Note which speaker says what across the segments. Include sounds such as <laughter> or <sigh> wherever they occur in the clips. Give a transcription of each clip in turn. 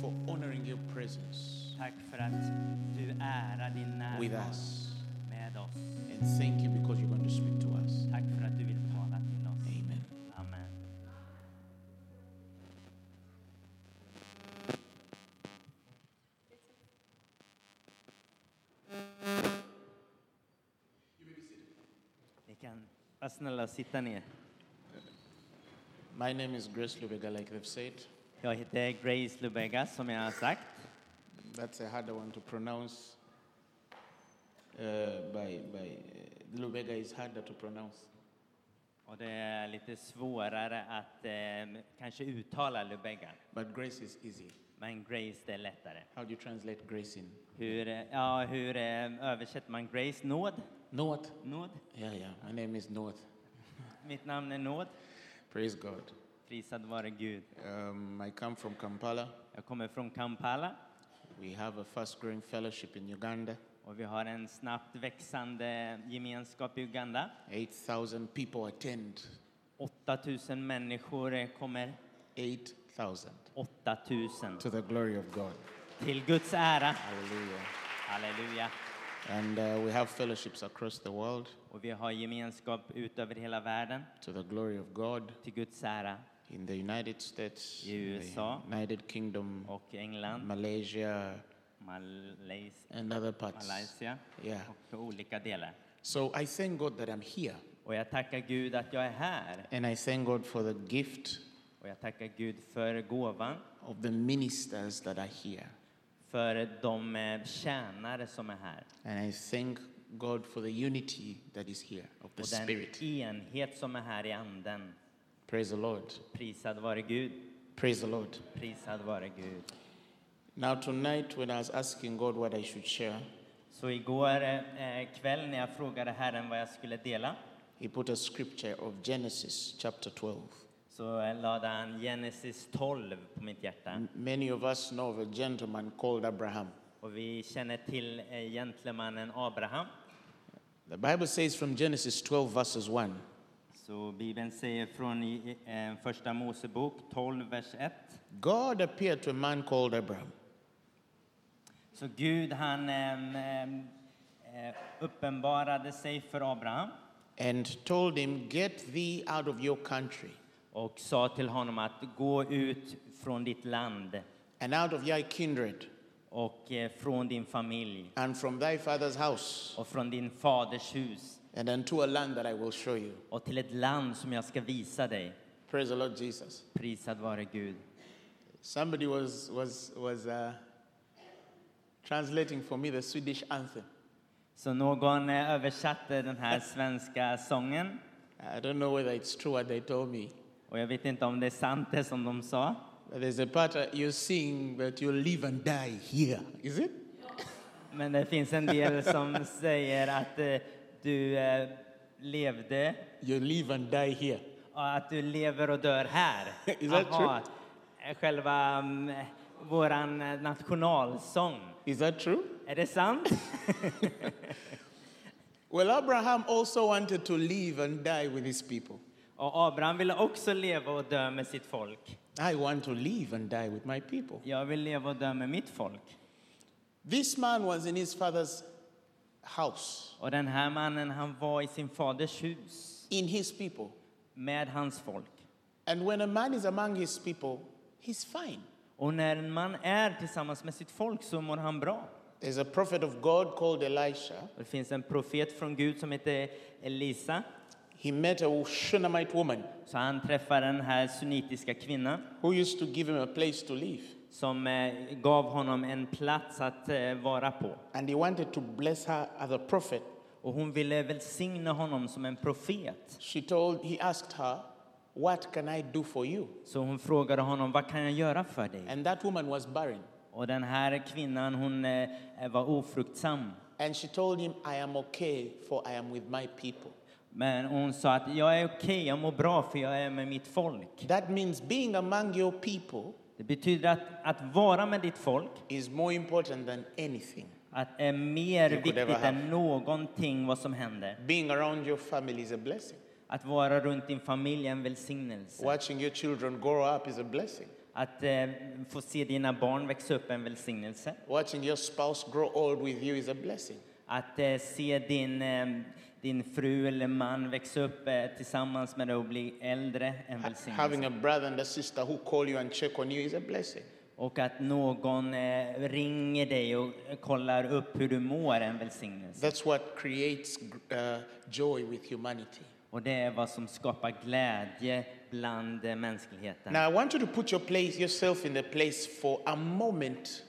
Speaker 1: for honoring your presence
Speaker 2: Tack för att du ärar din
Speaker 1: with
Speaker 2: närvaro
Speaker 1: us.
Speaker 2: med oss.
Speaker 1: And thank you because you're going to speak to us.
Speaker 2: Tack för att du vill tala till oss.
Speaker 1: Amen.
Speaker 2: Amen. Ni kan vara snälla och sitta ner.
Speaker 1: My name is Grace Lubega, like they've said.
Speaker 2: Jag heter Grace Lubega, som jag har sagt.
Speaker 1: That's a harder one to pronounce. Uh, by by uh, Lubega is harder to pronounce.
Speaker 2: Och det är lite svårare att eh, kanske uttala Lubega,
Speaker 1: But grace is easy.
Speaker 2: men Grace det är lättare.
Speaker 1: How do you translate grace in?
Speaker 2: Hur, eh, ja, hur eh, översätter man Grace? Nåd?
Speaker 1: North.
Speaker 2: Nåd?
Speaker 1: Yeah, yeah. My name is North.
Speaker 2: Mitt namn är Nåd.
Speaker 1: Praise God.
Speaker 2: Prisad vare Gud.
Speaker 1: Um, I come from Kampala.
Speaker 2: Jag kommer från Kampala
Speaker 1: We have a fast growing fellowship in Uganda.
Speaker 2: och vi har en snabbt växande gemenskap i Uganda.
Speaker 1: 8,000 people attend.
Speaker 2: 8000 människor eh, kommer.
Speaker 1: 8,000.
Speaker 2: 8000.
Speaker 1: To the glory of God.
Speaker 2: Till Guds ära.
Speaker 1: Hallelujah.
Speaker 2: Halleluja.
Speaker 1: And uh, we have fellowships across the world.
Speaker 2: Och vi har gemenskap ut över hela världen.
Speaker 1: To the glory of God.
Speaker 2: Till Guds ära.
Speaker 1: In the United States,
Speaker 2: I USA.
Speaker 1: the United Kingdom,
Speaker 2: Och England,
Speaker 1: Malaysia,
Speaker 2: Malaysia,
Speaker 1: and other parts.
Speaker 2: Malaysia
Speaker 1: Yeah.
Speaker 2: och olika delar.
Speaker 1: So I thank God that I'm here.
Speaker 2: Och jag tackar Gud att jag är här.
Speaker 1: And I thank God for the gift
Speaker 2: Och jag tackar Gud för gåvan,
Speaker 1: of the ministers that are here.
Speaker 2: för de eh, tjänare som är här.
Speaker 1: And I thank God for the unity that is here of the
Speaker 2: och den
Speaker 1: Spirit.
Speaker 2: enhet som är här i anden.
Speaker 1: Praise the Lord.
Speaker 2: Prisad vare Gud,
Speaker 1: Praise the Lord.
Speaker 2: prisad vare Gud.
Speaker 1: Now, tonight, when I was asking God what I should share,
Speaker 2: Så igår eh, kväll när jag frågade Herren vad jag skulle dela
Speaker 1: He put a scripture of Genesis chapter 12.
Speaker 2: så eh, lade han Genesis 12 på mitt hjärta.
Speaker 1: M- Many of us know of a gentleman called Abraham.
Speaker 2: Och vi känner till eh, gentlemannen Abraham.
Speaker 1: The Bible says from Genesis 12, verses 1
Speaker 2: Så Bibeln säger från i, eh, Första Mosebok 12, vers 1.
Speaker 1: God appeared to a man called Abraham.
Speaker 2: Så Gud han eh, eh, uppenbarade sig för Abraham
Speaker 1: and told him, Get thee out of your country
Speaker 2: och sa till honom att gå ut från ditt land
Speaker 1: and out of thy kindred
Speaker 2: och eh, från din familj
Speaker 1: and from thy father's house
Speaker 2: och från din faders hus
Speaker 1: and unto a land that I will show you.
Speaker 2: och till ett land som jag ska visa dig.
Speaker 1: Praise the Lord Jesus.
Speaker 2: Prisad vare Gud.
Speaker 1: Somebody was, was, was uh, translating for me the Swedish anthem.
Speaker 2: Så någon eh, översatte den här svenska sången
Speaker 1: I don't know whether it's true what they told me.
Speaker 2: och jag vet inte om det är sant det som de sa.
Speaker 1: But there's a part uh, you sing that you live and die here, is it?
Speaker 2: Men det finns en del som säger att eh, du eh, levde
Speaker 1: You live and die here.
Speaker 2: och att du lever och dör här.
Speaker 1: <laughs> Is that
Speaker 2: Aha, eh, Själva um, våran eh, nationalsång.
Speaker 1: Is that true?
Speaker 2: Är
Speaker 1: <laughs>
Speaker 2: det sant?
Speaker 1: Well, Abraham also wanted to live and die with his people.
Speaker 2: Och Abraham ville också leva och dö med sitt folk.
Speaker 1: I want to live and die with my people.
Speaker 2: Jag vill leva och dö med mitt folk.
Speaker 1: This man was in his father's house,
Speaker 2: Och den här mannen, han var i sin faders hus
Speaker 1: in his people.
Speaker 2: med hans folk.
Speaker 1: And when a man is among his people, he's fine.
Speaker 2: Och när en man är tillsammans med sitt folk så mår han bra.
Speaker 1: There's a prophet of God called Elisha.
Speaker 2: Och Det finns en profet från Gud som heter Elisa.
Speaker 1: He met a Shunammite woman
Speaker 2: Så han träffar den här sunnitiska kvinnan
Speaker 1: who used to give him a place to live.
Speaker 2: som eh, gav honom en plats att eh, vara på.
Speaker 1: And he wanted to bless her as a prophet.
Speaker 2: Och hon ville välsigna honom som en profet.
Speaker 1: She told, he asked her, What can I do for you?
Speaker 2: Så hon frågade honom, vad kan jag göra för dig?
Speaker 1: And that woman was barren.
Speaker 2: Och den här kvinnan hon eh, var ofruktsam.
Speaker 1: And she told him, I am okay, for I am with my people.
Speaker 2: Men hon sa att jag är okej, jag mår bra för jag är med mitt folk.
Speaker 1: That means being among your people
Speaker 2: Det betyder att, att vara med ditt folk
Speaker 1: is more important than anything.
Speaker 2: att är mer
Speaker 1: You could never
Speaker 2: viktigt
Speaker 1: have.
Speaker 2: än någonting vad som händer.
Speaker 1: Being around your family is a blessing.
Speaker 2: Att vara runt din familj är en välsignelse.
Speaker 1: Watching your children grow up is a blessing.
Speaker 2: Att eh, få se dina barn växa upp är en välsignelse.
Speaker 1: Watching your spouse grow old with you is a blessing.
Speaker 2: Att eh, se din, eh, din fru eller man växa upp eh, tillsammans med dig och bli äldre är en
Speaker 1: Ha-
Speaker 2: välsignelse.
Speaker 1: Having a brother and a sister who call you and check on you is a blessing.
Speaker 2: Och att någon eh, ringer dig och kollar upp hur du mår är en välsignelse.
Speaker 1: That's what creates uh, joy with humanity.
Speaker 2: Och det är vad som skapar glädje bland eh, mänskligheten.
Speaker 1: Now, I want you to put your place, yourself in the place for a moment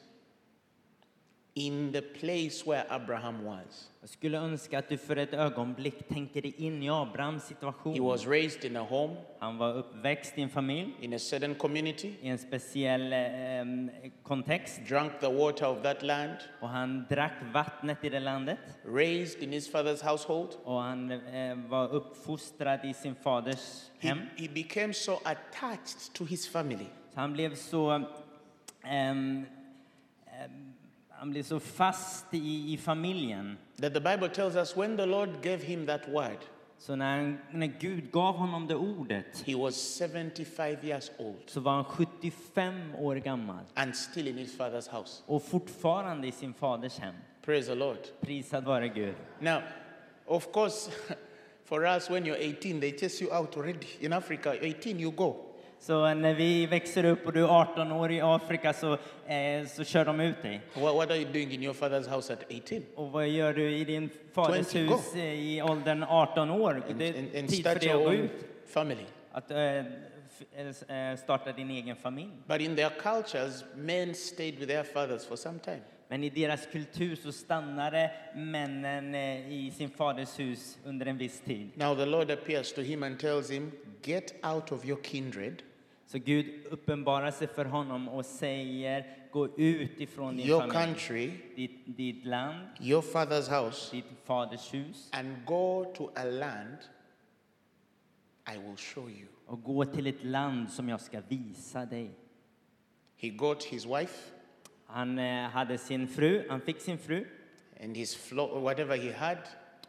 Speaker 1: in the place where Abraham was.
Speaker 2: Jag skulle önska att du för ett ögonblick tänker dig in i Abrahams situation.
Speaker 1: He was raised in a home,
Speaker 2: Han var uppväxt i en familj,
Speaker 1: in a certain community,
Speaker 2: i en speciell eh, em, kontext
Speaker 1: drank the water of that land,
Speaker 2: och han drack vattnet i det landet
Speaker 1: raised in his father's household.
Speaker 2: och han eh, var uppfostrad i sin faders
Speaker 1: He,
Speaker 2: hem.
Speaker 1: he became so attached to his family.
Speaker 2: Så han blev så em, em, han blev så fast i, i familjen.
Speaker 1: that the Bible tells us when the Lord gave him that word,
Speaker 2: Så när, han, när Gud gav honom det ordet
Speaker 1: he was 75 years old
Speaker 2: så var han 75 år gammal
Speaker 1: and still in his father's house.
Speaker 2: och fortfarande i sin faders hem.
Speaker 1: Praise the Lord.
Speaker 2: Prisad vare Gud.
Speaker 1: Now, of course, <laughs> for us, when you're 18, they chase you out already. In Africa, 18, you go.
Speaker 2: Så när vi växer upp och du är 18 år i Afrika så, eh, så kör de ut dig.
Speaker 1: What, what are you doing in your father's house at 18?
Speaker 2: Och vad gör du i din faders
Speaker 1: 20,
Speaker 2: hus
Speaker 1: gå.
Speaker 2: eh, i åldern 18 år?
Speaker 1: And,
Speaker 2: det är
Speaker 1: and, and
Speaker 2: tid för
Speaker 1: start
Speaker 2: dig
Speaker 1: your
Speaker 2: att gå
Speaker 1: own
Speaker 2: ut.
Speaker 1: family.
Speaker 2: Att eh, f- eh, s- eh, starta din egen familj.
Speaker 1: But in their cultures, men stayed with their fathers for some time.
Speaker 2: Men i deras kultur så stannade männen eh, i sin faders hus under en viss tid.
Speaker 1: Now the Lord appears to him and tells him, Get out of your kindred,
Speaker 2: Så Gud uppenbarar sig för honom och säger gå ut ifrån din
Speaker 1: your
Speaker 2: familj,
Speaker 1: country,
Speaker 2: ditt, ditt land,
Speaker 1: your father's house,
Speaker 2: ditt faders hus
Speaker 1: and go to a land I will show you.
Speaker 2: och gå till ett land som jag ska visa dig.
Speaker 1: He got his wife
Speaker 2: Han eh, hade sin fru, han fick sin fru
Speaker 1: and his flo- whatever he had,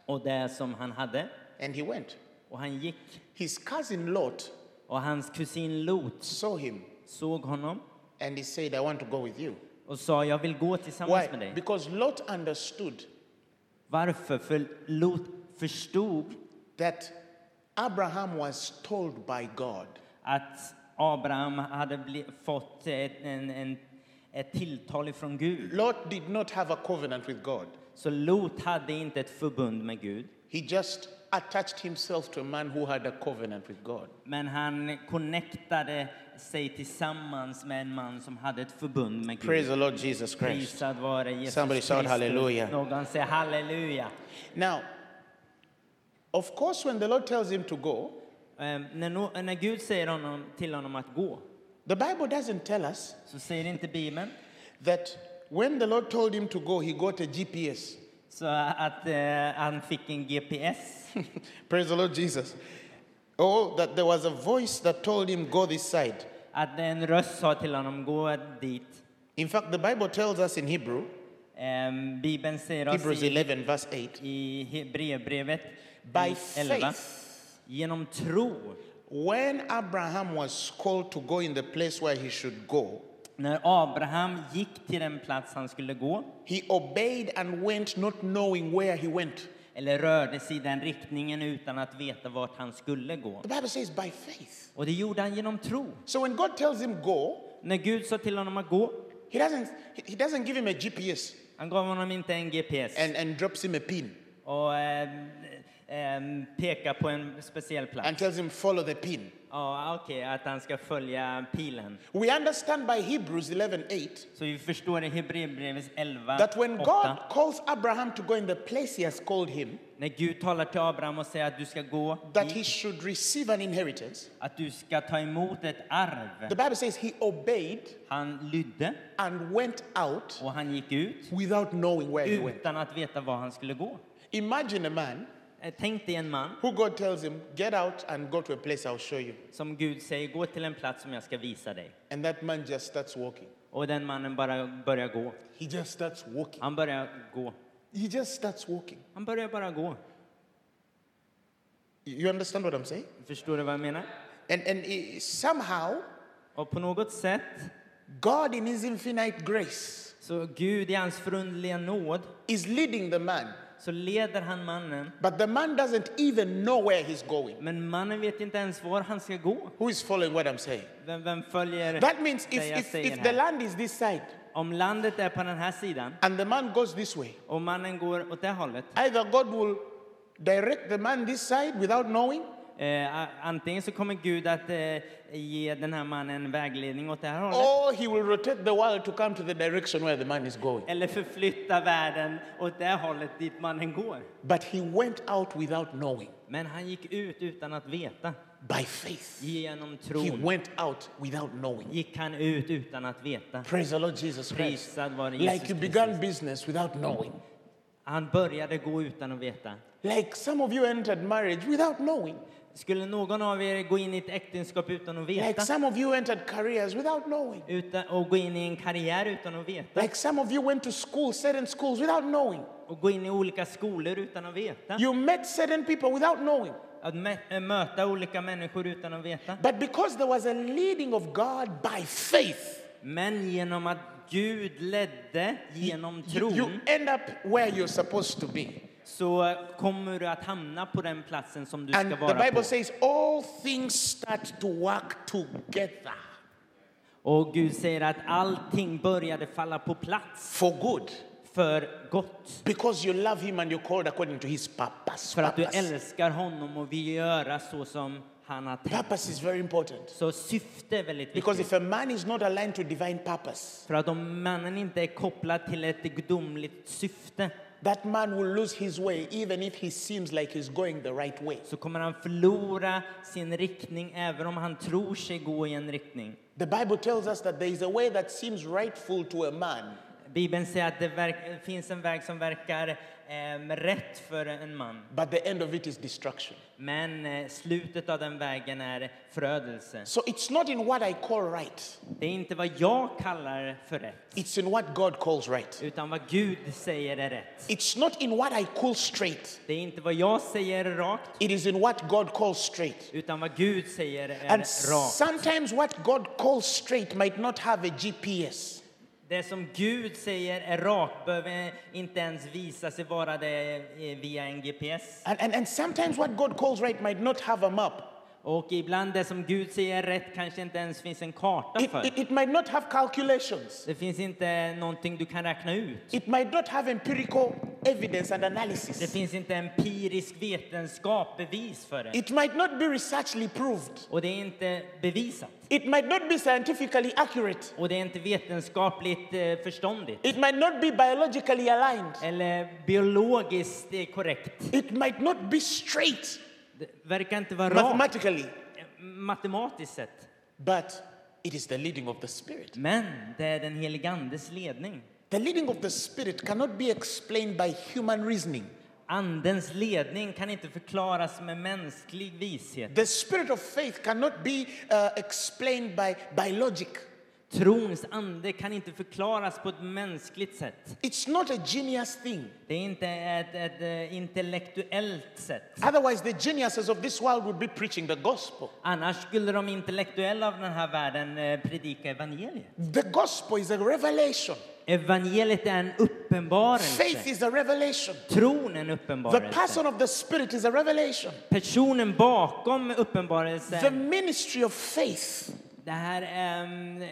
Speaker 2: och det som han hade
Speaker 1: and he went.
Speaker 2: och han gick.
Speaker 1: His cousin Lot
Speaker 2: Och hans kusin Lot
Speaker 1: saw him
Speaker 2: såg honom
Speaker 1: and he said, I want to go with you.
Speaker 2: och sa jag vill gå
Speaker 1: Why?
Speaker 2: tillsammans med dig.
Speaker 1: Because Lot understood
Speaker 2: Varför? För Lot förstod
Speaker 1: that Abraham was told by God
Speaker 2: att Abraham hade bli- fått ett, en, en, ett tilltal från Gud.
Speaker 1: Lot did not have a covenant with God.
Speaker 2: Så Lot hade inte ett förbund med Gud.
Speaker 1: He just attached himself to a man who had a covenant with God.
Speaker 2: Men han connectade sig tillsammans med en man som hade ett förbund med Gud.
Speaker 1: Praise the Lord Jesus Christ.
Speaker 2: Prisad vare Jesus
Speaker 1: Somebody shout
Speaker 2: Kristus.
Speaker 1: hallelujah.
Speaker 2: Någon säger halleluja.
Speaker 1: Now, of course, when the Lord tells him to go,
Speaker 2: Ehm, när, no, när Gud säger honom, till honom att gå
Speaker 1: the Bible doesn't tell us
Speaker 2: så säger inte Bibeln
Speaker 1: that when the Lord told him to go, he got a GPS.
Speaker 2: så att eh, han fick en GPS.
Speaker 1: <laughs> Praise the Lord Jesus. Oh, that there was a voice that told him, go this side.
Speaker 2: Att en röst sa till honom gå dit.
Speaker 1: In fact, the Bible tells us in Hebrew,
Speaker 2: Ehm, Bibeln säger oss
Speaker 1: Hebrews
Speaker 2: i,
Speaker 1: 11, verse 8,
Speaker 2: i Hebreerbrevet
Speaker 1: by
Speaker 2: 11
Speaker 1: faith,
Speaker 2: genom tro
Speaker 1: when Abraham was called to go in the place where he should go,
Speaker 2: när Abraham gick till den plats han skulle gå
Speaker 1: he obeyed and went, not knowing where he went.
Speaker 2: eller rörde sig i den riktningen utan att veta vart han skulle gå.
Speaker 1: The Bible says, by faith.
Speaker 2: Och det gjorde han genom tro.
Speaker 1: So when God tells him, go,
Speaker 2: När Gud sa till honom att gå,
Speaker 1: He doesn't, he- he doesn't give him a GPS
Speaker 2: han gav honom inte en GPS
Speaker 1: and, and drops him a pin
Speaker 2: och eh, eh, pekar på en speciell plats.
Speaker 1: and tells him, follow the pin.
Speaker 2: Ja, okej, att han ska följa pilen.
Speaker 1: We understand by Hebrews 11:8
Speaker 2: Så vi förstår i Hebreerbrevet 11,
Speaker 1: that when
Speaker 2: 8,
Speaker 1: God calls Abraham to go in the place he has called him,
Speaker 2: när Gud talar till Abraham och säger att du ska gå
Speaker 1: that
Speaker 2: dit,
Speaker 1: he should receive an inheritance,
Speaker 2: att du ska ta emot ett
Speaker 1: the
Speaker 2: arv.
Speaker 1: Bible says he obeyed
Speaker 2: Han lydde
Speaker 1: and went out
Speaker 2: och han gick ut
Speaker 1: without knowing where he went.
Speaker 2: utan att veta var han skulle gå.
Speaker 1: Imagine a man
Speaker 2: Eh, Tänk dig en man
Speaker 1: who God tells him, get out and go to a place I'll show you.
Speaker 2: som Gud säger gå till en plats som jag ska visa dig.
Speaker 1: And that man just starts walking.
Speaker 2: Och den mannen bara börjar gå.
Speaker 1: He just starts walking.
Speaker 2: Han börjar gå.
Speaker 1: He just starts walking.
Speaker 2: Han börjar bara gå.
Speaker 1: You you understand what I'm saying?
Speaker 2: Förstår du vad jag menar?
Speaker 1: And, and eh, somehow,
Speaker 2: Och på något sätt
Speaker 1: God, in His infinite grace,
Speaker 2: så Gud i hans förunderliga nåd
Speaker 1: is leading the man,
Speaker 2: så leder han mannen.
Speaker 1: but the man doesn't even know where he's going.
Speaker 2: Men mannen vet inte ens var han ska gå.
Speaker 1: Who is following what I'm saying?
Speaker 2: Vem, vem
Speaker 1: <laughs>
Speaker 2: följer
Speaker 1: That means
Speaker 2: det
Speaker 1: if,
Speaker 2: jag
Speaker 1: if,
Speaker 2: säger
Speaker 1: if the
Speaker 2: här?
Speaker 1: land is this side
Speaker 2: Om landet är på den här sidan
Speaker 1: and the man goes this way,
Speaker 2: och mannen går åt det hållet.
Speaker 1: either God will direct the man this side without knowing,
Speaker 2: Eh, a- antingen så kommer Gud att eh, ge den här mannen vägledning åt det här hållet.
Speaker 1: or he will rotate the world to come to the direction where the man is going.
Speaker 2: Eller förflytta världen åt det hållet dit mannen går.
Speaker 1: But he went out without knowing
Speaker 2: Men han gick ut utan att veta.
Speaker 1: by faith.
Speaker 2: Genom
Speaker 1: He
Speaker 2: tron
Speaker 1: went out without knowing.
Speaker 2: gick han ut utan att veta.
Speaker 1: Praise the Lord Jesus Christ.
Speaker 2: Prisad vare Jesus
Speaker 1: Like you began
Speaker 2: Kristus.
Speaker 1: business without knowing.
Speaker 2: Han började gå utan att veta.
Speaker 1: Like some of you entered marriage without knowing.
Speaker 2: Skulle någon av er gå in i ett äktenskap utan att
Speaker 1: Like
Speaker 2: veta?
Speaker 1: some of you entered careers without knowing.
Speaker 2: Utan, och gå in i en karriär utan att veta?
Speaker 1: Like some of you went to school, certain schools without knowing.
Speaker 2: Och gå in i olika skolor utan att veta?
Speaker 1: You met certain people without knowing.
Speaker 2: Att mä- eh, möta olika människor utan att veta?
Speaker 1: But because there was a leading of God by faith,
Speaker 2: Men genom att Gud ledde genom
Speaker 1: you, you
Speaker 2: tron
Speaker 1: end up where you're supposed to be.
Speaker 2: så kommer du att hamna på den platsen som du
Speaker 1: And
Speaker 2: ska
Speaker 1: the
Speaker 2: vara på.
Speaker 1: Bible says all things start to work together
Speaker 2: Och Gud säger att allting började falla på plats
Speaker 1: for good
Speaker 2: för gott.
Speaker 1: because you love Him and you're called according to His purpose.
Speaker 2: För att du
Speaker 1: Purpose,
Speaker 2: älskar honom och vill göra så som han har tänkt.
Speaker 1: Purpose is very important
Speaker 2: Så syfte är väldigt
Speaker 1: because if
Speaker 2: viktigt.
Speaker 1: a man is not aligned to divine purpose,
Speaker 2: För att om mannen inte är kopplad till ett gudomligt syfte
Speaker 1: that man will lose his way even if he seems like he's going the right way.
Speaker 2: så kommer han förlora sin riktning även om han tror sig gå i en riktning.
Speaker 1: The Bible tells us that there is a way that seems rightful to a man,
Speaker 2: Bibeln säger att det verk- finns en väg som verkar ehm, rätt för en man,
Speaker 1: but the end of it is destruction.
Speaker 2: men eh, slutet av den vägen är förödelse.
Speaker 1: So it's not in what I call right,
Speaker 2: Det är inte vad jag kallar för rätt,
Speaker 1: it's in what God calls right.
Speaker 2: utan vad Gud säger är rätt.
Speaker 1: It's not in what I call straight,
Speaker 2: Det är inte vad jag säger är rakt,
Speaker 1: it is in what God calls straight.
Speaker 2: utan vad Gud säger är
Speaker 1: And
Speaker 2: rakt.
Speaker 1: sometimes what God calls straight might not have a GPS.
Speaker 2: Det som Gud säger är rakt behöver inte ens visa sig vara det eh, via en GPS.
Speaker 1: And, and, and sometimes what God calls right might not have a map.
Speaker 2: Och ibland det som Gud säger är rätt kanske inte ens finns en karta
Speaker 1: It,
Speaker 2: för.
Speaker 1: it, it might not have calculations.
Speaker 2: Det finns inte någonting du kan räkna ut.
Speaker 1: It might not have empirical evidence and
Speaker 2: Det
Speaker 1: analysis.
Speaker 2: finns inte empirisk vetenskap bevis för det.
Speaker 1: It might not be researchly proved.
Speaker 2: Och det är inte bevisat.
Speaker 1: It might not be scientifically accurate.
Speaker 2: Och det är inte vetenskapligt eh, förståndigt.
Speaker 1: It might not be biologically aligned.
Speaker 2: Eller biologiskt eh, korrekt.
Speaker 1: It might not be straight
Speaker 2: Det verkar inte vara rakt
Speaker 1: mathematically,
Speaker 2: eh, matematiskt sett.
Speaker 1: but it is the leading of the Spirit.
Speaker 2: Men det är den helige Andes ledning.
Speaker 1: The leading of the Spirit cannot be explained by human reasoning.
Speaker 2: Andens ledning kan inte förklaras med mänsklig vishet.
Speaker 1: The spirit of faith cannot be uh, explained by, by logic.
Speaker 2: Trons ande kan inte förklaras på ett mänskligt sätt.
Speaker 1: It's not a genius thing.
Speaker 2: Det är inte ett, ett eh, intellektuellt sätt.
Speaker 1: Otherwise, the geniuses of this world would be preaching the gospel.
Speaker 2: Annars skulle de intellektuella av den här världen eh, predika evangeliet.
Speaker 1: The gospel is a revelation.
Speaker 2: Evangeliet är en
Speaker 1: Faith
Speaker 2: uppenbarelse.
Speaker 1: is a revelation.
Speaker 2: Tron är en
Speaker 1: The
Speaker 2: uppenbarelse.
Speaker 1: person of the spirit is a revelation.
Speaker 2: Personen bakom
Speaker 1: The
Speaker 2: uppenbarelsen,
Speaker 1: ministry of faith
Speaker 2: det här ehm,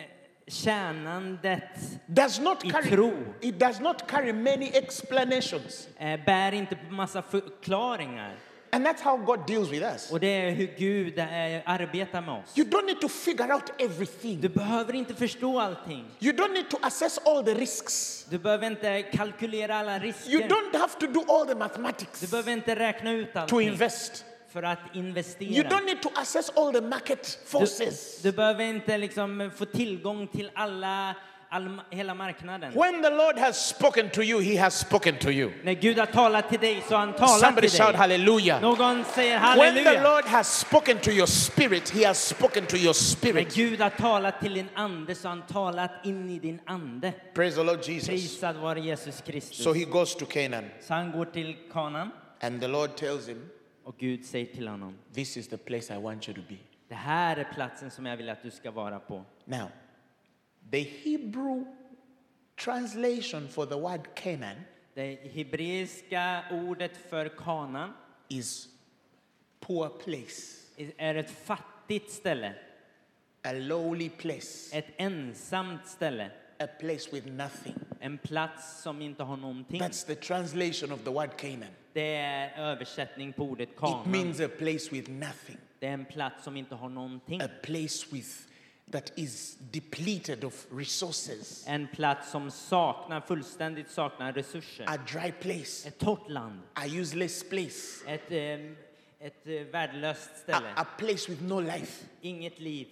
Speaker 2: tjänandet,
Speaker 1: does not
Speaker 2: I
Speaker 1: carry
Speaker 2: tro.
Speaker 1: it does not carry many explanations.
Speaker 2: eh, bär inte på massa förklaringar.
Speaker 1: And that's how God deals with us.
Speaker 2: Och det är hur Gud eh, arbetar med oss.
Speaker 1: You don't need to figure out
Speaker 2: Du
Speaker 1: everything.
Speaker 2: behöver inte förstå allting.
Speaker 1: You don't need to assess all the risks.
Speaker 2: Du behöver inte kalkylera alla
Speaker 1: You
Speaker 2: risker.
Speaker 1: don't have to do all the
Speaker 2: Du
Speaker 1: mathematics
Speaker 2: behöver inte räkna ut
Speaker 1: to
Speaker 2: allting
Speaker 1: invest.
Speaker 2: för att
Speaker 1: You
Speaker 2: investera.
Speaker 1: don't need to assess all the market
Speaker 2: Du,
Speaker 1: forces.
Speaker 2: du behöver inte liksom få tillgång till alla, all, hela marknaden.
Speaker 1: When the Lord has spoken to you, He has spoken to you.
Speaker 2: När Gud har talat till dig så har han talat
Speaker 1: Somebody
Speaker 2: till dig.
Speaker 1: shout hallelujah.
Speaker 2: Någon säger
Speaker 1: When the
Speaker 2: halleluja.
Speaker 1: Lord has spoken to your spirit, He has spoken to your
Speaker 2: När
Speaker 1: spirit.
Speaker 2: Gud har talat till din ande så har han talat in i din ande.
Speaker 1: Praise the Lord Jesus.
Speaker 2: Prisad vare Jesus Kristus.
Speaker 1: So he goes to Canaan,
Speaker 2: Så han går till kanan
Speaker 1: and the Lord tells him,
Speaker 2: och Gud säger till honom.
Speaker 1: This is the place I want you to be.
Speaker 2: Det här är platsen som jag vill att du ska vara på.
Speaker 1: Now, the Hebrew translation for the word Canaan
Speaker 2: Det hebreiska ordet för Kana
Speaker 1: is poor place,
Speaker 2: är ett fattigt ställe,
Speaker 1: a lowly place,
Speaker 2: ett ensamt ställe,
Speaker 1: a place with nothing.
Speaker 2: en plats som inte har någonting.
Speaker 1: That's the translation of the word Canaan.
Speaker 2: Det är översättning på ordet
Speaker 1: It
Speaker 2: Kana.
Speaker 1: means a place with nothing,
Speaker 2: Det är en plats som inte har någonting.
Speaker 1: a place with that is depleted of resources,
Speaker 2: En plats som saknar, fullständigt saknar resurser.
Speaker 1: a dry place,
Speaker 2: Ett torrt land.
Speaker 1: a useless place,
Speaker 2: Ett, eh, ett eh, värdelöst
Speaker 1: a,
Speaker 2: ställe.
Speaker 1: a place with no life.
Speaker 2: Inget liv.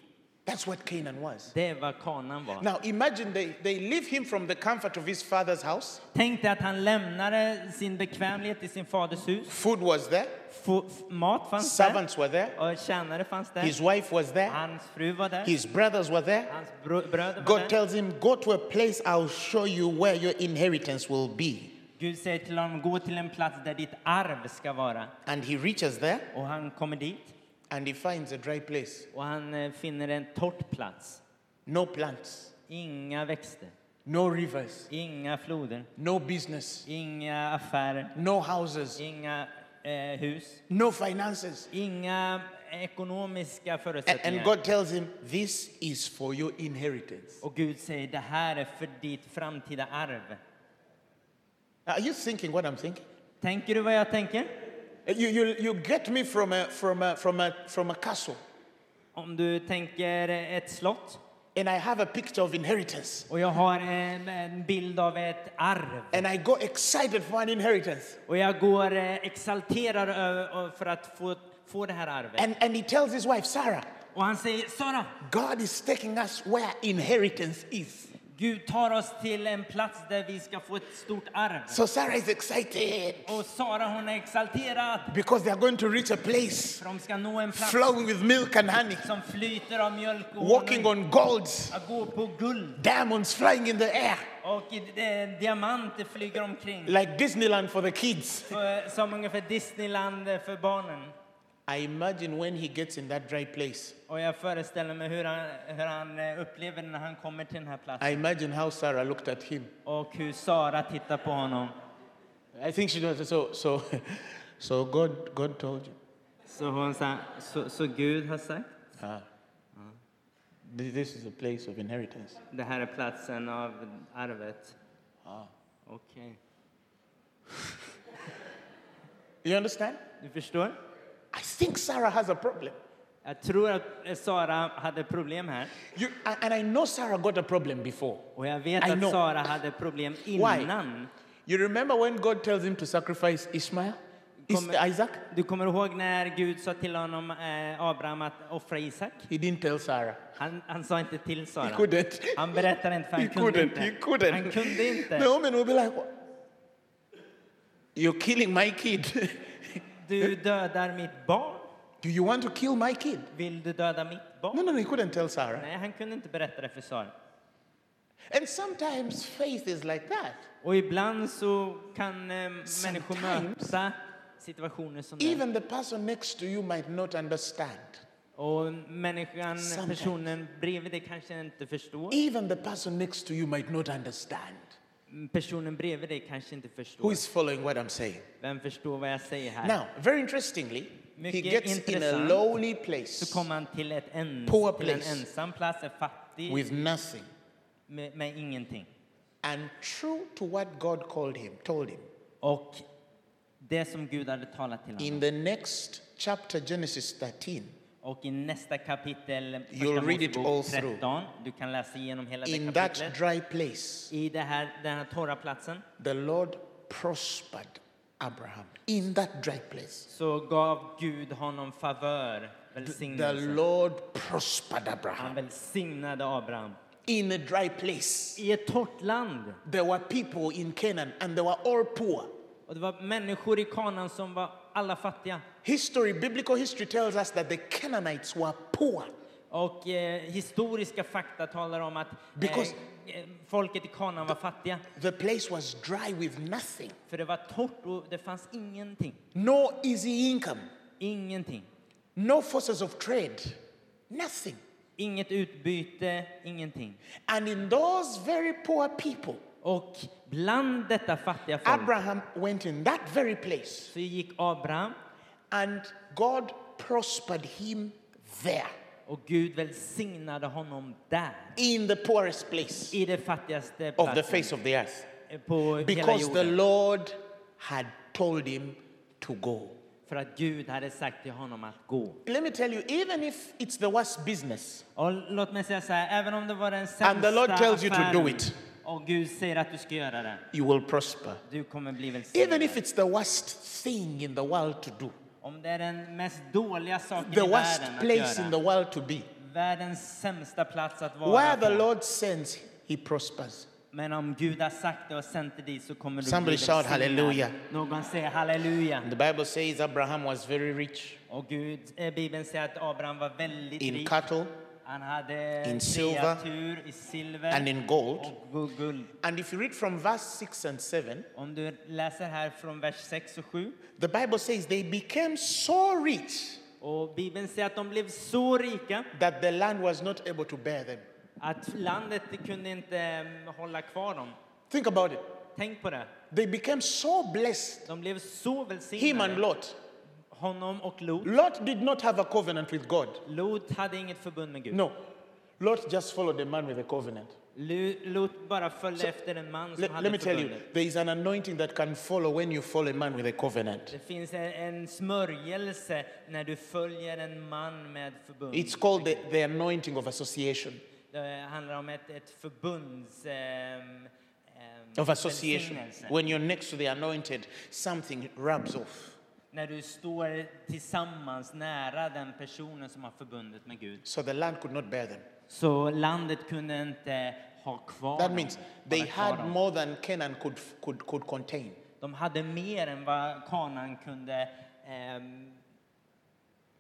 Speaker 1: That's what Canaan was.
Speaker 2: Det är vad kanan var.
Speaker 1: Now imagine they, they leave him from the comfort of his father's house.
Speaker 2: Tänk dig att han lämnade sin bekvämlighet i sin faders hus.
Speaker 1: Food was there,
Speaker 2: Få- f- mat fanns där.
Speaker 1: servants were there,
Speaker 2: Och tjänare fanns
Speaker 1: his
Speaker 2: där.
Speaker 1: wife was there,
Speaker 2: Hans fru var där.
Speaker 1: his brothers were there.
Speaker 2: Hans bro- bröder var
Speaker 1: God
Speaker 2: där.
Speaker 1: tells him, Go to a place, I'll show you where your inheritance will be.
Speaker 2: Gud säger till honom, gå till en plats där ditt arv ska vara.
Speaker 1: And he reaches there
Speaker 2: Och han kommer dit
Speaker 1: and he finds a dry place,
Speaker 2: och han eh, finner en torrt plats.
Speaker 1: no plants,
Speaker 2: Inga växter,
Speaker 1: no rivers,
Speaker 2: inga floder,
Speaker 1: no business,
Speaker 2: inga affärer,
Speaker 1: no houses,
Speaker 2: inga eh, hus,
Speaker 1: no finances.
Speaker 2: inga
Speaker 1: A-
Speaker 2: ekonomiska
Speaker 1: And
Speaker 2: förutsättningar.
Speaker 1: God tells him, This is for your inheritance.
Speaker 2: Och Gud säger, det här är för ditt framtida arv.
Speaker 1: Are you thinking what I'm thinking?
Speaker 2: Tänker du vad jag tänker?
Speaker 1: You, you, you get me from a, from, a, from, a, from a castle,
Speaker 2: Om du tänker ett slott
Speaker 1: and I have a picture of inheritance,
Speaker 2: och jag har en, en bild av ett arv
Speaker 1: and I go excited for an inheritance.
Speaker 2: och jag går eh, exalterad ö- ö- för att få, få det här arvet.
Speaker 1: And, and he tells his wife, Sarah,
Speaker 2: Och han säger, Sara,
Speaker 1: God is taking us where inheritance is.
Speaker 2: Gud tar oss till en plats där vi ska få ett stort arv.
Speaker 1: So Sarah is excited
Speaker 2: Och Sara hon är exalterad
Speaker 1: because they are going to reach a place
Speaker 2: för de ska nå en plats
Speaker 1: flowing with milk and honey,
Speaker 2: som flyter av mjölk och
Speaker 1: walking
Speaker 2: honung.
Speaker 1: on gold,
Speaker 2: Att gå på guld
Speaker 1: diamonds flying in the air,
Speaker 2: och i- eh, diamanter flyger omkring.
Speaker 1: like Disneyland for the kids.
Speaker 2: För, som ungefär Disneyland för barnen.
Speaker 1: I imagine when he gets in that dry place,
Speaker 2: Och jag föreställer mig hur han, hur han eh, upplever när han kommer till den här platsen.
Speaker 1: I imagine how Sarah looked at him.
Speaker 2: Och hur Sara tittar på honom.
Speaker 1: I think she knows. So, so, <laughs> so God, God told you.
Speaker 2: Så hon sa, så, så Gud har sagt?
Speaker 1: Ah, Th- this is a place of inheritance.
Speaker 2: Det här är platsen av arvet.
Speaker 1: Ah.
Speaker 2: Okej.
Speaker 1: You understand?
Speaker 2: Du förstår?
Speaker 1: I think Sarah has a problem.
Speaker 2: Jag tror att eh, Sara hade problem här.
Speaker 1: You, a- and I know Sarah got a problem before.
Speaker 2: Och jag vet
Speaker 1: I
Speaker 2: att
Speaker 1: know.
Speaker 2: Sara hade problem innan.
Speaker 1: You remember when God tells him to sacrifice Ishmael? Is-
Speaker 2: Come-
Speaker 1: Isaac?
Speaker 2: Du kommer ihåg när Gud sa till honom, eh, Abraham, att offra Isak?
Speaker 1: He didn't tell Sarah.
Speaker 2: Han, han sa inte till
Speaker 1: He
Speaker 2: Sara.
Speaker 1: couldn't.
Speaker 2: Han berättade inte
Speaker 1: <laughs>
Speaker 2: för
Speaker 1: He
Speaker 2: han kunde
Speaker 1: couldn't.
Speaker 2: inte.
Speaker 1: He couldn't.
Speaker 2: Han kunde inte.
Speaker 1: The woman will be like, "What? You're killing my kid. <laughs>
Speaker 2: Du dödar mitt barn.
Speaker 1: Do you want to kill my kid?
Speaker 2: Vill du döda mitt barn?
Speaker 1: No, no, no, he couldn't tell Sarah.
Speaker 2: Nej, han kunde inte berätta det för Sara.
Speaker 1: And sometimes faith is like that.
Speaker 2: Och ibland så kan eh, människor
Speaker 1: Sometimes.
Speaker 2: möta situationer som den.
Speaker 1: Even the person next to you might not understand.
Speaker 2: Och människan,
Speaker 1: Sometimes.
Speaker 2: personen bredvid dig kanske inte förstår.
Speaker 1: Even the person next to you might not understand.
Speaker 2: Personen bredvid dig kanske inte
Speaker 1: Who
Speaker 2: förstår.
Speaker 1: is following what I'm saying?
Speaker 2: Vem förstår vad jag säger här?
Speaker 1: Now, very interestingly, he
Speaker 2: Mycket
Speaker 1: gets in a
Speaker 2: intressant.
Speaker 1: lowly
Speaker 2: Så
Speaker 1: place
Speaker 2: kom han till, ett ens,
Speaker 1: Poor
Speaker 2: till en
Speaker 1: place.
Speaker 2: ensam plats, en fattig,
Speaker 1: with nothing.
Speaker 2: med, med ingenting.
Speaker 1: And true to what God called him, told him.
Speaker 2: Och det som Gud hade talat till honom.
Speaker 1: In the next chapter, Genesis 13,
Speaker 2: Och i nästa kapitel, första
Speaker 1: You'll read it all
Speaker 2: Mosebok
Speaker 1: through.
Speaker 2: 13, du kan läsa igenom hela
Speaker 1: in
Speaker 2: det
Speaker 1: that
Speaker 2: kapitlet.
Speaker 1: dry place,
Speaker 2: I det här, den här torra platsen
Speaker 1: the Lord prospered Abraham. In that dry place,
Speaker 2: så gav Gud honom favör,
Speaker 1: the
Speaker 2: välsignelse.
Speaker 1: Lord prospered Abraham.
Speaker 2: Han välsignade Abraham.
Speaker 1: In a dry place,
Speaker 2: I ett torrt land.
Speaker 1: there were people in Canaan and they were all poor.
Speaker 2: Och det var människor i kanan som var alla fattiga.
Speaker 1: History, biblical history tells us that the Canaanites were poor.
Speaker 2: Och eh, historiska fakta talar om att eh,
Speaker 1: Because-
Speaker 2: eh, folket i Kanaan var fattiga.
Speaker 1: The place was dry with nothing,
Speaker 2: För det var torrt och det fanns ingenting.
Speaker 1: no easy income,
Speaker 2: Ingenting.
Speaker 1: no forces of trade. Nothing.
Speaker 2: Inget utbyte, ingenting.
Speaker 1: And in those very poor people,
Speaker 2: Och bland detta fattiga folk
Speaker 1: Abraham went in that very place
Speaker 2: så gick Abraham
Speaker 1: and God prospered him there
Speaker 2: och Gud välsignade honom där.
Speaker 1: in the poorest place
Speaker 2: I det fattigaste
Speaker 1: of the
Speaker 2: platsen eh,
Speaker 1: face of the earth
Speaker 2: på hela
Speaker 1: because the
Speaker 2: jorden.
Speaker 1: Lord had told him to go.
Speaker 2: För att Gud hade sagt till honom att gå.
Speaker 1: Let me tell you, even if it's the worst business,
Speaker 2: Och låt mig säga så här, även om det var den sämsta
Speaker 1: And the Lord tells you to
Speaker 2: affären
Speaker 1: do it.
Speaker 2: och Gud säger att du ska göra det,
Speaker 1: you will prosper.
Speaker 2: du kommer bli
Speaker 1: Even
Speaker 2: välsignad.
Speaker 1: if it's the worst thing in the world to do,
Speaker 2: Om det är den mest dåliga saken
Speaker 1: the
Speaker 2: i
Speaker 1: worst
Speaker 2: världen
Speaker 1: place
Speaker 2: att
Speaker 1: in
Speaker 2: göra,
Speaker 1: the world to be,
Speaker 2: världens sämsta plats att vara
Speaker 1: where the
Speaker 2: på.
Speaker 1: Lord sends, he prospers.
Speaker 2: Men om Gud har sagt det och sänt det dit så kommer du
Speaker 1: Somebody
Speaker 2: bli
Speaker 1: shout
Speaker 2: välsignad.
Speaker 1: hallelujah.
Speaker 2: Någon säger halleluja.
Speaker 1: And the Bible says Abraham was very rich
Speaker 2: Och Gud, eh, Bibeln säger att Abraham var väldigt
Speaker 1: in
Speaker 2: rik.
Speaker 1: cattle
Speaker 2: Han hade
Speaker 1: in silver
Speaker 2: kreatur i silver
Speaker 1: and in gold.
Speaker 2: och gu- guld.
Speaker 1: And if you read from verse 6 and 7,
Speaker 2: Om du läser här från vers 6 och 7
Speaker 1: the Bible says they became so rich
Speaker 2: Och Bibeln säger att de blev så rika
Speaker 1: that the land was not able to bear them.
Speaker 2: att landet kunde inte eh, hålla kvar dem.
Speaker 1: Think about it.
Speaker 2: Tänk på det.
Speaker 1: They became so blessed,
Speaker 2: De blev så
Speaker 1: him and
Speaker 2: välsignade.
Speaker 1: Lot.
Speaker 2: Honom och Lot.
Speaker 1: Lot did not have a covenant with God.
Speaker 2: Lot hade inget förbund med Gud.
Speaker 1: No. Lot just followed the man with a covenant.
Speaker 2: Lu- Lot bara följde
Speaker 1: So,
Speaker 2: efter en man som
Speaker 1: Let,
Speaker 2: hade
Speaker 1: let me tell you,
Speaker 2: förbundet.
Speaker 1: there is an anointing that can follow when you follow a man with a covenant.
Speaker 2: Det finns en, en smörjelse när du följer en man med förbund.
Speaker 1: It's called the, the anointing of association.
Speaker 2: Det handlar om ett, ett förbunds... ehm, ehm,
Speaker 1: Of association.
Speaker 2: välsignelse.
Speaker 1: When you're next to the anointed, something rubs off.
Speaker 2: När du står tillsammans nära den personen som har förbundet med Gud.
Speaker 1: So the land could not bear them.
Speaker 2: Så landet kunde inte ha kvar
Speaker 1: That
Speaker 2: dem,
Speaker 1: means
Speaker 2: hålla
Speaker 1: they
Speaker 2: kvar
Speaker 1: had
Speaker 2: dem.
Speaker 1: more than Canaan could, could, could contain.
Speaker 2: De hade mer än vad kanan kunde, ehm,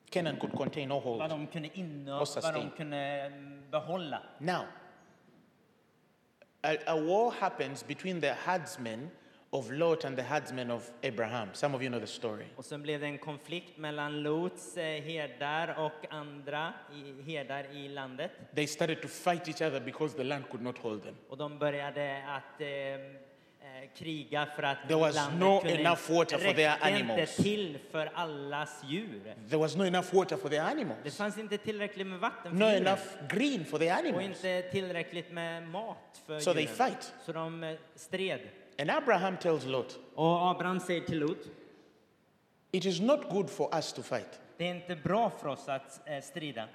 Speaker 1: Canaan could contain or
Speaker 2: vad
Speaker 1: hold.
Speaker 2: de kunde
Speaker 1: Och
Speaker 2: inneha, vad
Speaker 1: sustain.
Speaker 2: de kunde ehm, behålla.
Speaker 1: Now, a, a war happens between the herdsmen of Lot and the herdsmen of Abraham. Some of you know the story.
Speaker 2: Och sen blev det en konflikt mellan Lots eh, herdar och andra i, herdar i landet.
Speaker 1: They started to fight each other because the land could not hold them.
Speaker 2: Och de började att ehm, eh, kriga för att
Speaker 1: There was
Speaker 2: landet
Speaker 1: no
Speaker 2: kunde,
Speaker 1: enough water for their
Speaker 2: räckte
Speaker 1: animals.
Speaker 2: inte till för allas djur.
Speaker 1: There was no enough water for the
Speaker 2: Det
Speaker 1: animals,
Speaker 2: fanns inte tillräckligt med vatten för
Speaker 1: no
Speaker 2: djuren.
Speaker 1: enough green for the
Speaker 2: och
Speaker 1: animals.
Speaker 2: inte tillräckligt med mat för
Speaker 1: So they
Speaker 2: djuren.
Speaker 1: fight.
Speaker 2: Så de eh, stred.
Speaker 1: And Abraham tells Lot,
Speaker 2: Och Abraham säger till Lot,
Speaker 1: It is not good for us to fight.
Speaker 2: det är inte bra för oss att eh, strida.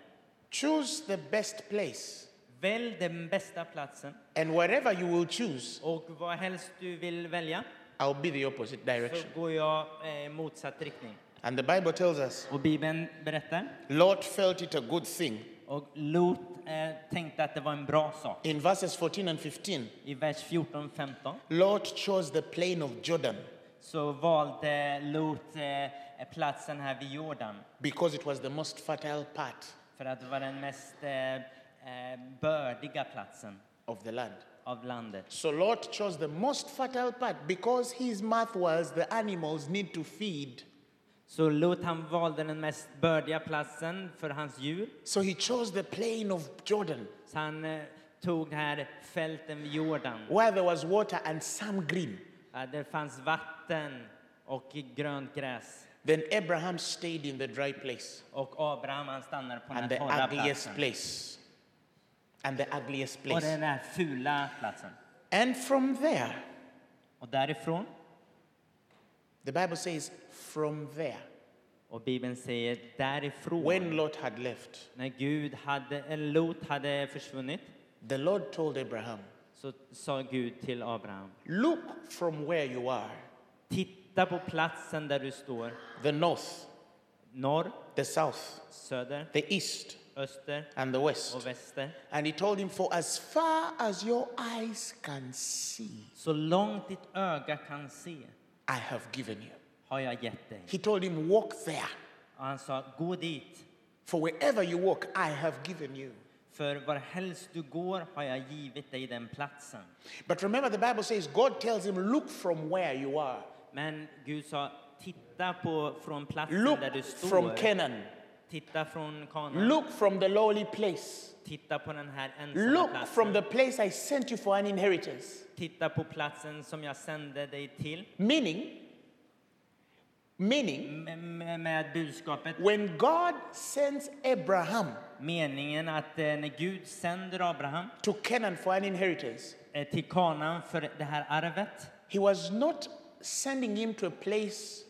Speaker 1: Choose the best place,
Speaker 2: Välj den bästa platsen
Speaker 1: and wherever you will choose,
Speaker 2: och vad helst du vill välja
Speaker 1: I'll be the opposite
Speaker 2: så
Speaker 1: direction.
Speaker 2: går jag eh, i motsatt riktning.
Speaker 1: And the Bible tells us
Speaker 2: Och Bibeln berättar,
Speaker 1: Lot felt it a good thing.
Speaker 2: och Lot eh, tänkte att det var en bra sak.
Speaker 1: In verses 14 and 15,
Speaker 2: I vers 14-15
Speaker 1: Lot chose the plain of Jordan
Speaker 2: så valde Lot eh, platsen här vid Jordan
Speaker 1: because it was the most fertile part
Speaker 2: för att det var den mest eh, eh, bördiga platsen
Speaker 1: of the land.
Speaker 2: av landet.
Speaker 1: So Lot chose the most fertile part because his math was the animals need to feed.
Speaker 2: Så Lot han valde den mest bördiga platsen för hans djur.
Speaker 1: So he chose the plain of Jordan
Speaker 2: Så han eh, tog här fälten vid Jordan.
Speaker 1: where there was water and some green.
Speaker 2: Ja, det fanns vatten och grönt gräs.
Speaker 1: Then Abraham stayed in the dry place
Speaker 2: Och Abraham han stannade på den
Speaker 1: and
Speaker 2: här
Speaker 1: the
Speaker 2: torra
Speaker 1: ugliest
Speaker 2: platsen.
Speaker 1: place. And the ugliest
Speaker 2: Och
Speaker 1: place.
Speaker 2: den här fula platsen.
Speaker 1: And from there,
Speaker 2: Och därifrån,
Speaker 1: the Bible says, from there,
Speaker 2: och Bibeln säger därifrån,
Speaker 1: when Lot had left,
Speaker 2: när Gud hade, eller Lot hade försvunnit,
Speaker 1: the Lord told Abraham,
Speaker 2: så sa Gud till Abraham,
Speaker 1: Look from where you are,
Speaker 2: titta på platsen där du står,
Speaker 1: the north,
Speaker 2: norr,
Speaker 1: the south,
Speaker 2: söder,
Speaker 1: the east,
Speaker 2: öster
Speaker 1: and the west.
Speaker 2: och väster.
Speaker 1: And he told him, For as far as your eyes can see,
Speaker 2: Så långt ditt öga kan se
Speaker 1: I have given you.
Speaker 2: har jag gett dig.
Speaker 1: He told him, Walk there,
Speaker 2: Och han sa, gå dit,
Speaker 1: for wherever you walk, I have given you.
Speaker 2: för var helst du går har jag givit dig den platsen.
Speaker 1: But remember, the Bible says God tells him, Look from where you are,
Speaker 2: Men Gud sa, titta på från platsen där
Speaker 1: look
Speaker 2: du
Speaker 1: from
Speaker 2: står,
Speaker 1: Canaan,
Speaker 2: Titta från kanan.
Speaker 1: Look from the lowly place.
Speaker 2: Titta på den här ensamma
Speaker 1: Look
Speaker 2: platsen.
Speaker 1: from the place I sent you for an inheritance.
Speaker 2: Titta på platsen som jag sände dig till.
Speaker 1: Meaning, meaning,
Speaker 2: Med, med, med budskapet,
Speaker 1: when God sends Abraham
Speaker 2: meningen att eh, när Gud sänder Abraham
Speaker 1: to Canaan for an inheritance,
Speaker 2: eh, till kanan för det här arvet
Speaker 1: he was not sending him to a place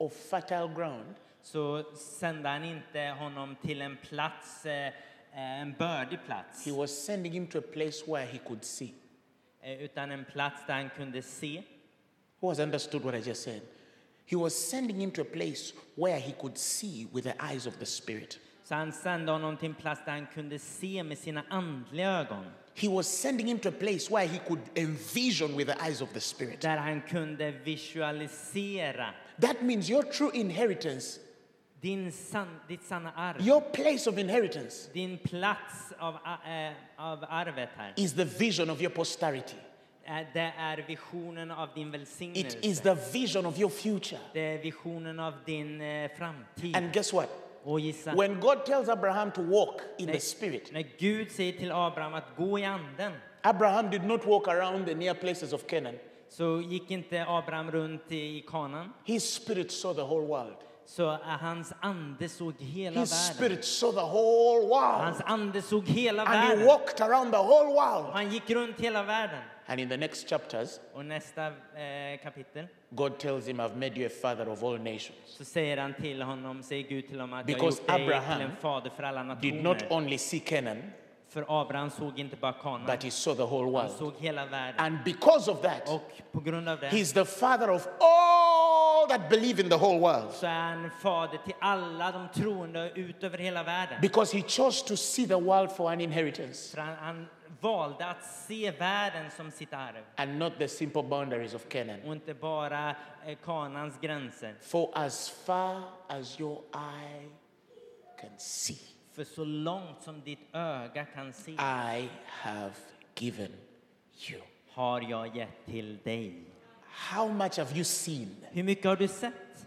Speaker 1: of fertile ground.
Speaker 2: så sände han inte honom till en plats, eh, eh, en bördig plats,
Speaker 1: He was sending him to a place where he could see.
Speaker 2: eh, utan en plats där han kunde se.
Speaker 1: Who has understood what I just said? He was sending him to a place where he could see with the eyes of the Spirit.
Speaker 2: Så han sände honom till en plats där han kunde se med sina andliga ögon.
Speaker 1: He was sending him to a place where he could envision with the eyes of the Spirit.
Speaker 2: Där han kunde visualisera
Speaker 1: That means your true inheritance,
Speaker 2: din san, ditt sanna arv.
Speaker 1: your place of inheritance,
Speaker 2: Din plats av, a- eh, av arvet här,
Speaker 1: is the vision of your posterity.
Speaker 2: eh, det är visionen av
Speaker 1: It
Speaker 2: din
Speaker 1: is
Speaker 2: välsignelse.
Speaker 1: the vision of your future.
Speaker 2: Det är visionen av din eh, framtid.
Speaker 1: And guess what?
Speaker 2: Och gissa,
Speaker 1: When God tells Abraham to walk in the
Speaker 2: Nej.
Speaker 1: Spirit,
Speaker 2: när Gud säger till Abraham att gå i anden
Speaker 1: Abraham did not walk around the near places of Canaan.
Speaker 2: så gick inte Abraham runt i kanan.
Speaker 1: His spirit saw the whole world.
Speaker 2: Så eh, hans ande såg hela
Speaker 1: His
Speaker 2: världen.
Speaker 1: spirit saw the whole world.
Speaker 2: Hans ande såg hela
Speaker 1: And he
Speaker 2: världen.
Speaker 1: walked around the whole
Speaker 2: Och
Speaker 1: world.
Speaker 2: han gick runt hela världen.
Speaker 1: And in the next chapters,
Speaker 2: Och nästa eh, kapitel
Speaker 1: God tells him, I've made you a father of all nations.
Speaker 2: så säger han till honom, säger Gud till honom att jag har
Speaker 1: Because
Speaker 2: gjort dig
Speaker 1: Abraham
Speaker 2: till en fader för alla
Speaker 1: Did not
Speaker 2: nationer.
Speaker 1: only see Canaan,
Speaker 2: För Abraham såg inte bara Kanan,
Speaker 1: but he saw the whole
Speaker 2: han
Speaker 1: world.
Speaker 2: såg hela världen.
Speaker 1: And because of that,
Speaker 2: Och på grund av det
Speaker 1: he's the father of all that believe in the whole world.
Speaker 2: så är han fader till alla de troende ut över hela världen.
Speaker 1: Because he chose to see the world for an inheritance
Speaker 2: För han, han valde att se världen som sitt arv
Speaker 1: and not the simple boundaries of Canaan.
Speaker 2: och inte bara eh, Kanans gränser.
Speaker 1: For as far as your eye can see,
Speaker 2: För så långt som ditt öga kan se
Speaker 1: I have given you.
Speaker 2: har jag gett till dig.
Speaker 1: How much have you seen?
Speaker 2: Hur mycket har du sett?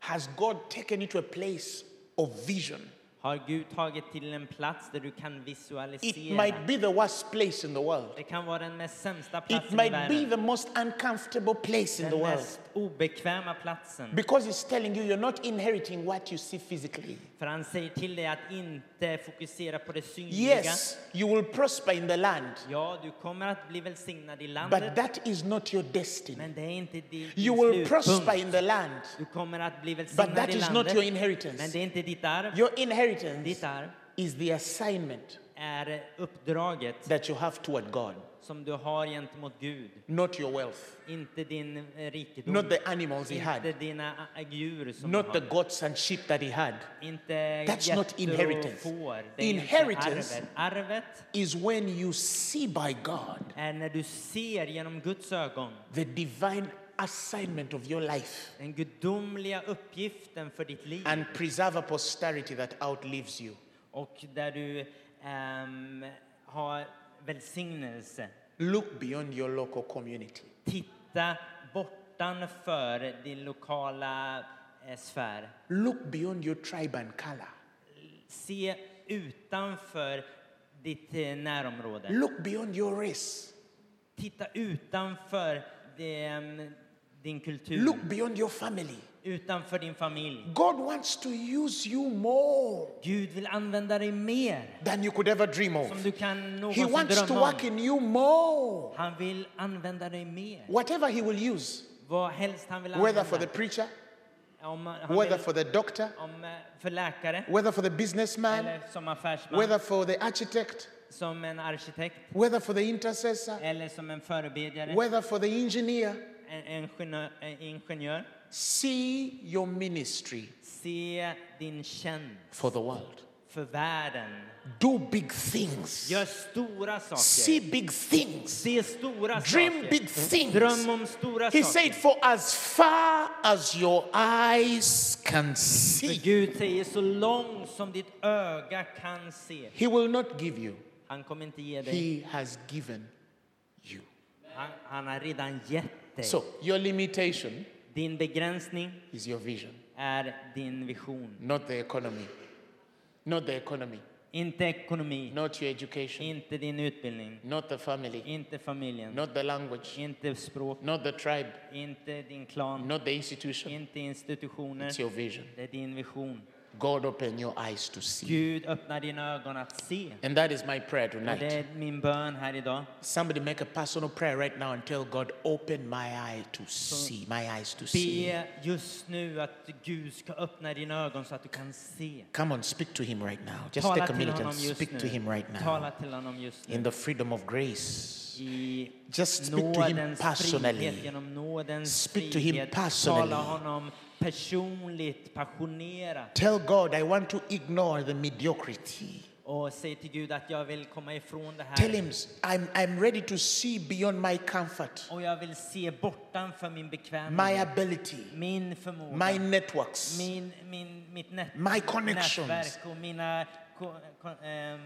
Speaker 1: Has God taken you to a place of vision?
Speaker 2: Har Gud tagit till en plats där du kan
Speaker 1: It
Speaker 2: visualisera?
Speaker 1: might be the worst place in the world.
Speaker 2: Det kan vara den mest sämsta
Speaker 1: It
Speaker 2: platsen i
Speaker 1: might be
Speaker 2: världen.
Speaker 1: the most uncomfortable place in the
Speaker 2: Den
Speaker 1: world.
Speaker 2: mest obekväma platsen.
Speaker 1: Because it's telling you you're not inheriting what you see physically.
Speaker 2: För han säger till dig att inte fokusera på det synliga.
Speaker 1: Yes, you will prosper in the land,
Speaker 2: Ja, du kommer att bli välsignad i
Speaker 1: but
Speaker 2: landet,
Speaker 1: that is not your destiny.
Speaker 2: men det är inte din
Speaker 1: You
Speaker 2: din
Speaker 1: will prosper
Speaker 2: slutpunkt.
Speaker 1: in the land,
Speaker 2: Du kommer att bli
Speaker 1: but
Speaker 2: välsignad
Speaker 1: that
Speaker 2: i
Speaker 1: is not your
Speaker 2: landet, men
Speaker 1: inheritance.
Speaker 2: det är inte ditt arv.
Speaker 1: Your
Speaker 2: Ditt
Speaker 1: inheritance
Speaker 2: arv
Speaker 1: is the assignment
Speaker 2: är uppdraget
Speaker 1: that you have toward God,
Speaker 2: som du har gentemot Gud,
Speaker 1: not your wealth,
Speaker 2: inte din eh, rikedom.
Speaker 1: not the animals he
Speaker 2: Inte
Speaker 1: had,
Speaker 2: dina ä- djur som
Speaker 1: not
Speaker 2: du
Speaker 1: the
Speaker 2: har.
Speaker 1: goats and sheep that he had.
Speaker 2: Inte
Speaker 1: That's not
Speaker 2: getter och
Speaker 1: inheritance.
Speaker 2: får. Det är
Speaker 1: Inheritance-
Speaker 2: inte arvet. Arvet
Speaker 1: Is when you see by God
Speaker 2: är när du ser genom Guds ögon
Speaker 1: the divine assignment of your life
Speaker 2: den gudomliga uppgiften för ditt liv
Speaker 1: and preserve a posterity that outlives you.
Speaker 2: och där du ehm, har välsignelse.
Speaker 1: Look beyond your local community.
Speaker 2: Titta bortanför din lokala eh, sfär.
Speaker 1: Look beyond your tribe and color.
Speaker 2: Se utanför ditt eh, närområde.
Speaker 1: Look beyond your race.
Speaker 2: Titta utanför din, din kultur.
Speaker 1: Look beyond your family.
Speaker 2: utanför din familj.
Speaker 1: God wants to use you more
Speaker 2: Gud vill använda dig mer
Speaker 1: than you could ever dream
Speaker 2: som
Speaker 1: of.
Speaker 2: du kan
Speaker 1: He
Speaker 2: någonsin
Speaker 1: wants to
Speaker 2: drömma
Speaker 1: work
Speaker 2: om.
Speaker 1: in you more.
Speaker 2: Han vill använda dig mer.
Speaker 1: Whatever He will use,
Speaker 2: Vad helst han vill
Speaker 1: whether
Speaker 2: använda.
Speaker 1: for the preacher,
Speaker 2: om, han
Speaker 1: whether
Speaker 2: vill,
Speaker 1: for the doctor,
Speaker 2: om, eh, för läkare,
Speaker 1: whether for the businessman,
Speaker 2: eller som affärsman,
Speaker 1: whether for the architect,
Speaker 2: som en arkitekt,
Speaker 1: whether for the intercessor,
Speaker 2: eller som en förebedjare,
Speaker 1: whether for the engineer.
Speaker 2: en eh, ingenjör, en ingenjör.
Speaker 1: See your ministry
Speaker 2: Se din tjänst
Speaker 1: for the world.
Speaker 2: för världen.
Speaker 1: Do big things.
Speaker 2: Gör stora saker.
Speaker 1: See big things.
Speaker 2: Se stora
Speaker 1: Dream
Speaker 2: saker.
Speaker 1: big things.
Speaker 2: Dröm om stora
Speaker 1: He
Speaker 2: saker.
Speaker 1: said, For as far as your eyes can see,
Speaker 2: För Gud säger så långt som ditt öga kan se.
Speaker 1: He will not give you.
Speaker 2: Han kommer inte ge dig.
Speaker 1: He has given you.
Speaker 2: Han, han har redan gett dig.
Speaker 1: So, your limitation
Speaker 2: Din begränsning
Speaker 1: is your vision,
Speaker 2: är din vision,
Speaker 1: not the economy, not the economy,
Speaker 2: Inte ekonomi,
Speaker 1: not your education,
Speaker 2: inte din utbildning,
Speaker 1: not the family,
Speaker 2: inte familjen,
Speaker 1: not the language,
Speaker 2: inte språk,
Speaker 1: not the tribe,
Speaker 2: inte din klan,
Speaker 1: not the institution.
Speaker 2: inte institutioner.
Speaker 1: It's your vision.
Speaker 2: Det är din vision.
Speaker 1: God, open your eyes to see.
Speaker 2: Gud öppnar dina ögon att se.
Speaker 1: And that is my prayer
Speaker 2: Och det
Speaker 1: tonight.
Speaker 2: är min bön här idag.
Speaker 1: Somebody make a personal prayer right now and tell God, open my eye to see, my eyes to see.
Speaker 2: Be just nu att Gud ska öppna dina ögon så att du kan se.
Speaker 1: Come on, speak to him right now. Just
Speaker 2: Tala
Speaker 1: take a
Speaker 2: till
Speaker 1: minute
Speaker 2: honom
Speaker 1: and
Speaker 2: just
Speaker 1: speak to
Speaker 2: nu.
Speaker 1: him right now
Speaker 2: Tala till honom just nu.
Speaker 1: in the freedom of grace.
Speaker 2: I
Speaker 1: Just speak to him
Speaker 2: nådens
Speaker 1: personally.
Speaker 2: frihet, genom nådens
Speaker 1: Speak to him
Speaker 2: frihet.
Speaker 1: personally.
Speaker 2: Tala honom personligt, passionerat.
Speaker 1: Tell God, I want to ignore the mediocrity.
Speaker 2: Och säg till Gud att jag vill komma ifrån det här.
Speaker 1: Tell him, I'm, I'm ready to see beyond my comfort,
Speaker 2: Och jag vill se bortanför min
Speaker 1: my
Speaker 2: bekvämlighet,
Speaker 1: ability,
Speaker 2: min förmåga,
Speaker 1: my networks.
Speaker 2: min, min, mitt nät,
Speaker 1: My connections.
Speaker 2: nätverk och mina... Ko, ko, ehm,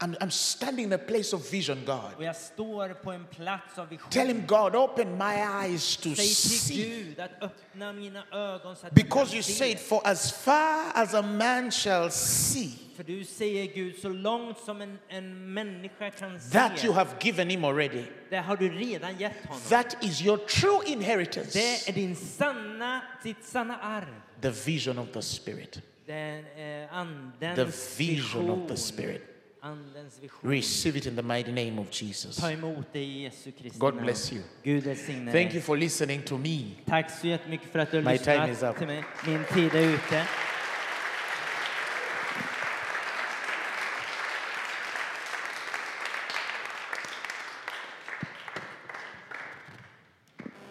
Speaker 1: I'm, I'm standing in a place of vision,
Speaker 2: och
Speaker 1: God.
Speaker 2: jag står på en plats av vision.
Speaker 1: Tell him, God, open my eyes to
Speaker 2: Säg till
Speaker 1: see.
Speaker 2: Gud att öppna mina ögon så att jag
Speaker 1: Because
Speaker 2: kan
Speaker 1: you
Speaker 2: se.
Speaker 1: said, For as far as a man shall see,
Speaker 2: För du säger Gud, så långt som en, en människa kan
Speaker 1: that
Speaker 2: se,
Speaker 1: you have given him already.
Speaker 2: det har du redan gett honom.
Speaker 1: That is your true inheritance.
Speaker 2: det är din sanna, ditt sanna arv.
Speaker 1: The vision of the Spirit.
Speaker 2: Den, eh,
Speaker 1: The
Speaker 2: andens
Speaker 1: vision of the
Speaker 2: vision.
Speaker 1: Spirit.
Speaker 2: Andens vision.
Speaker 1: Receive it in the mighty name of Jesus.
Speaker 2: Ta emot det i Jesu Kristi
Speaker 1: God
Speaker 2: namn.
Speaker 1: bless you.
Speaker 2: Gud välsigne
Speaker 1: Thank you
Speaker 2: dig.
Speaker 1: for listening to me.
Speaker 2: Tack så jättemycket för att du har
Speaker 1: My time is
Speaker 2: lyssnat
Speaker 1: up.
Speaker 2: till mig. Min tid är ute.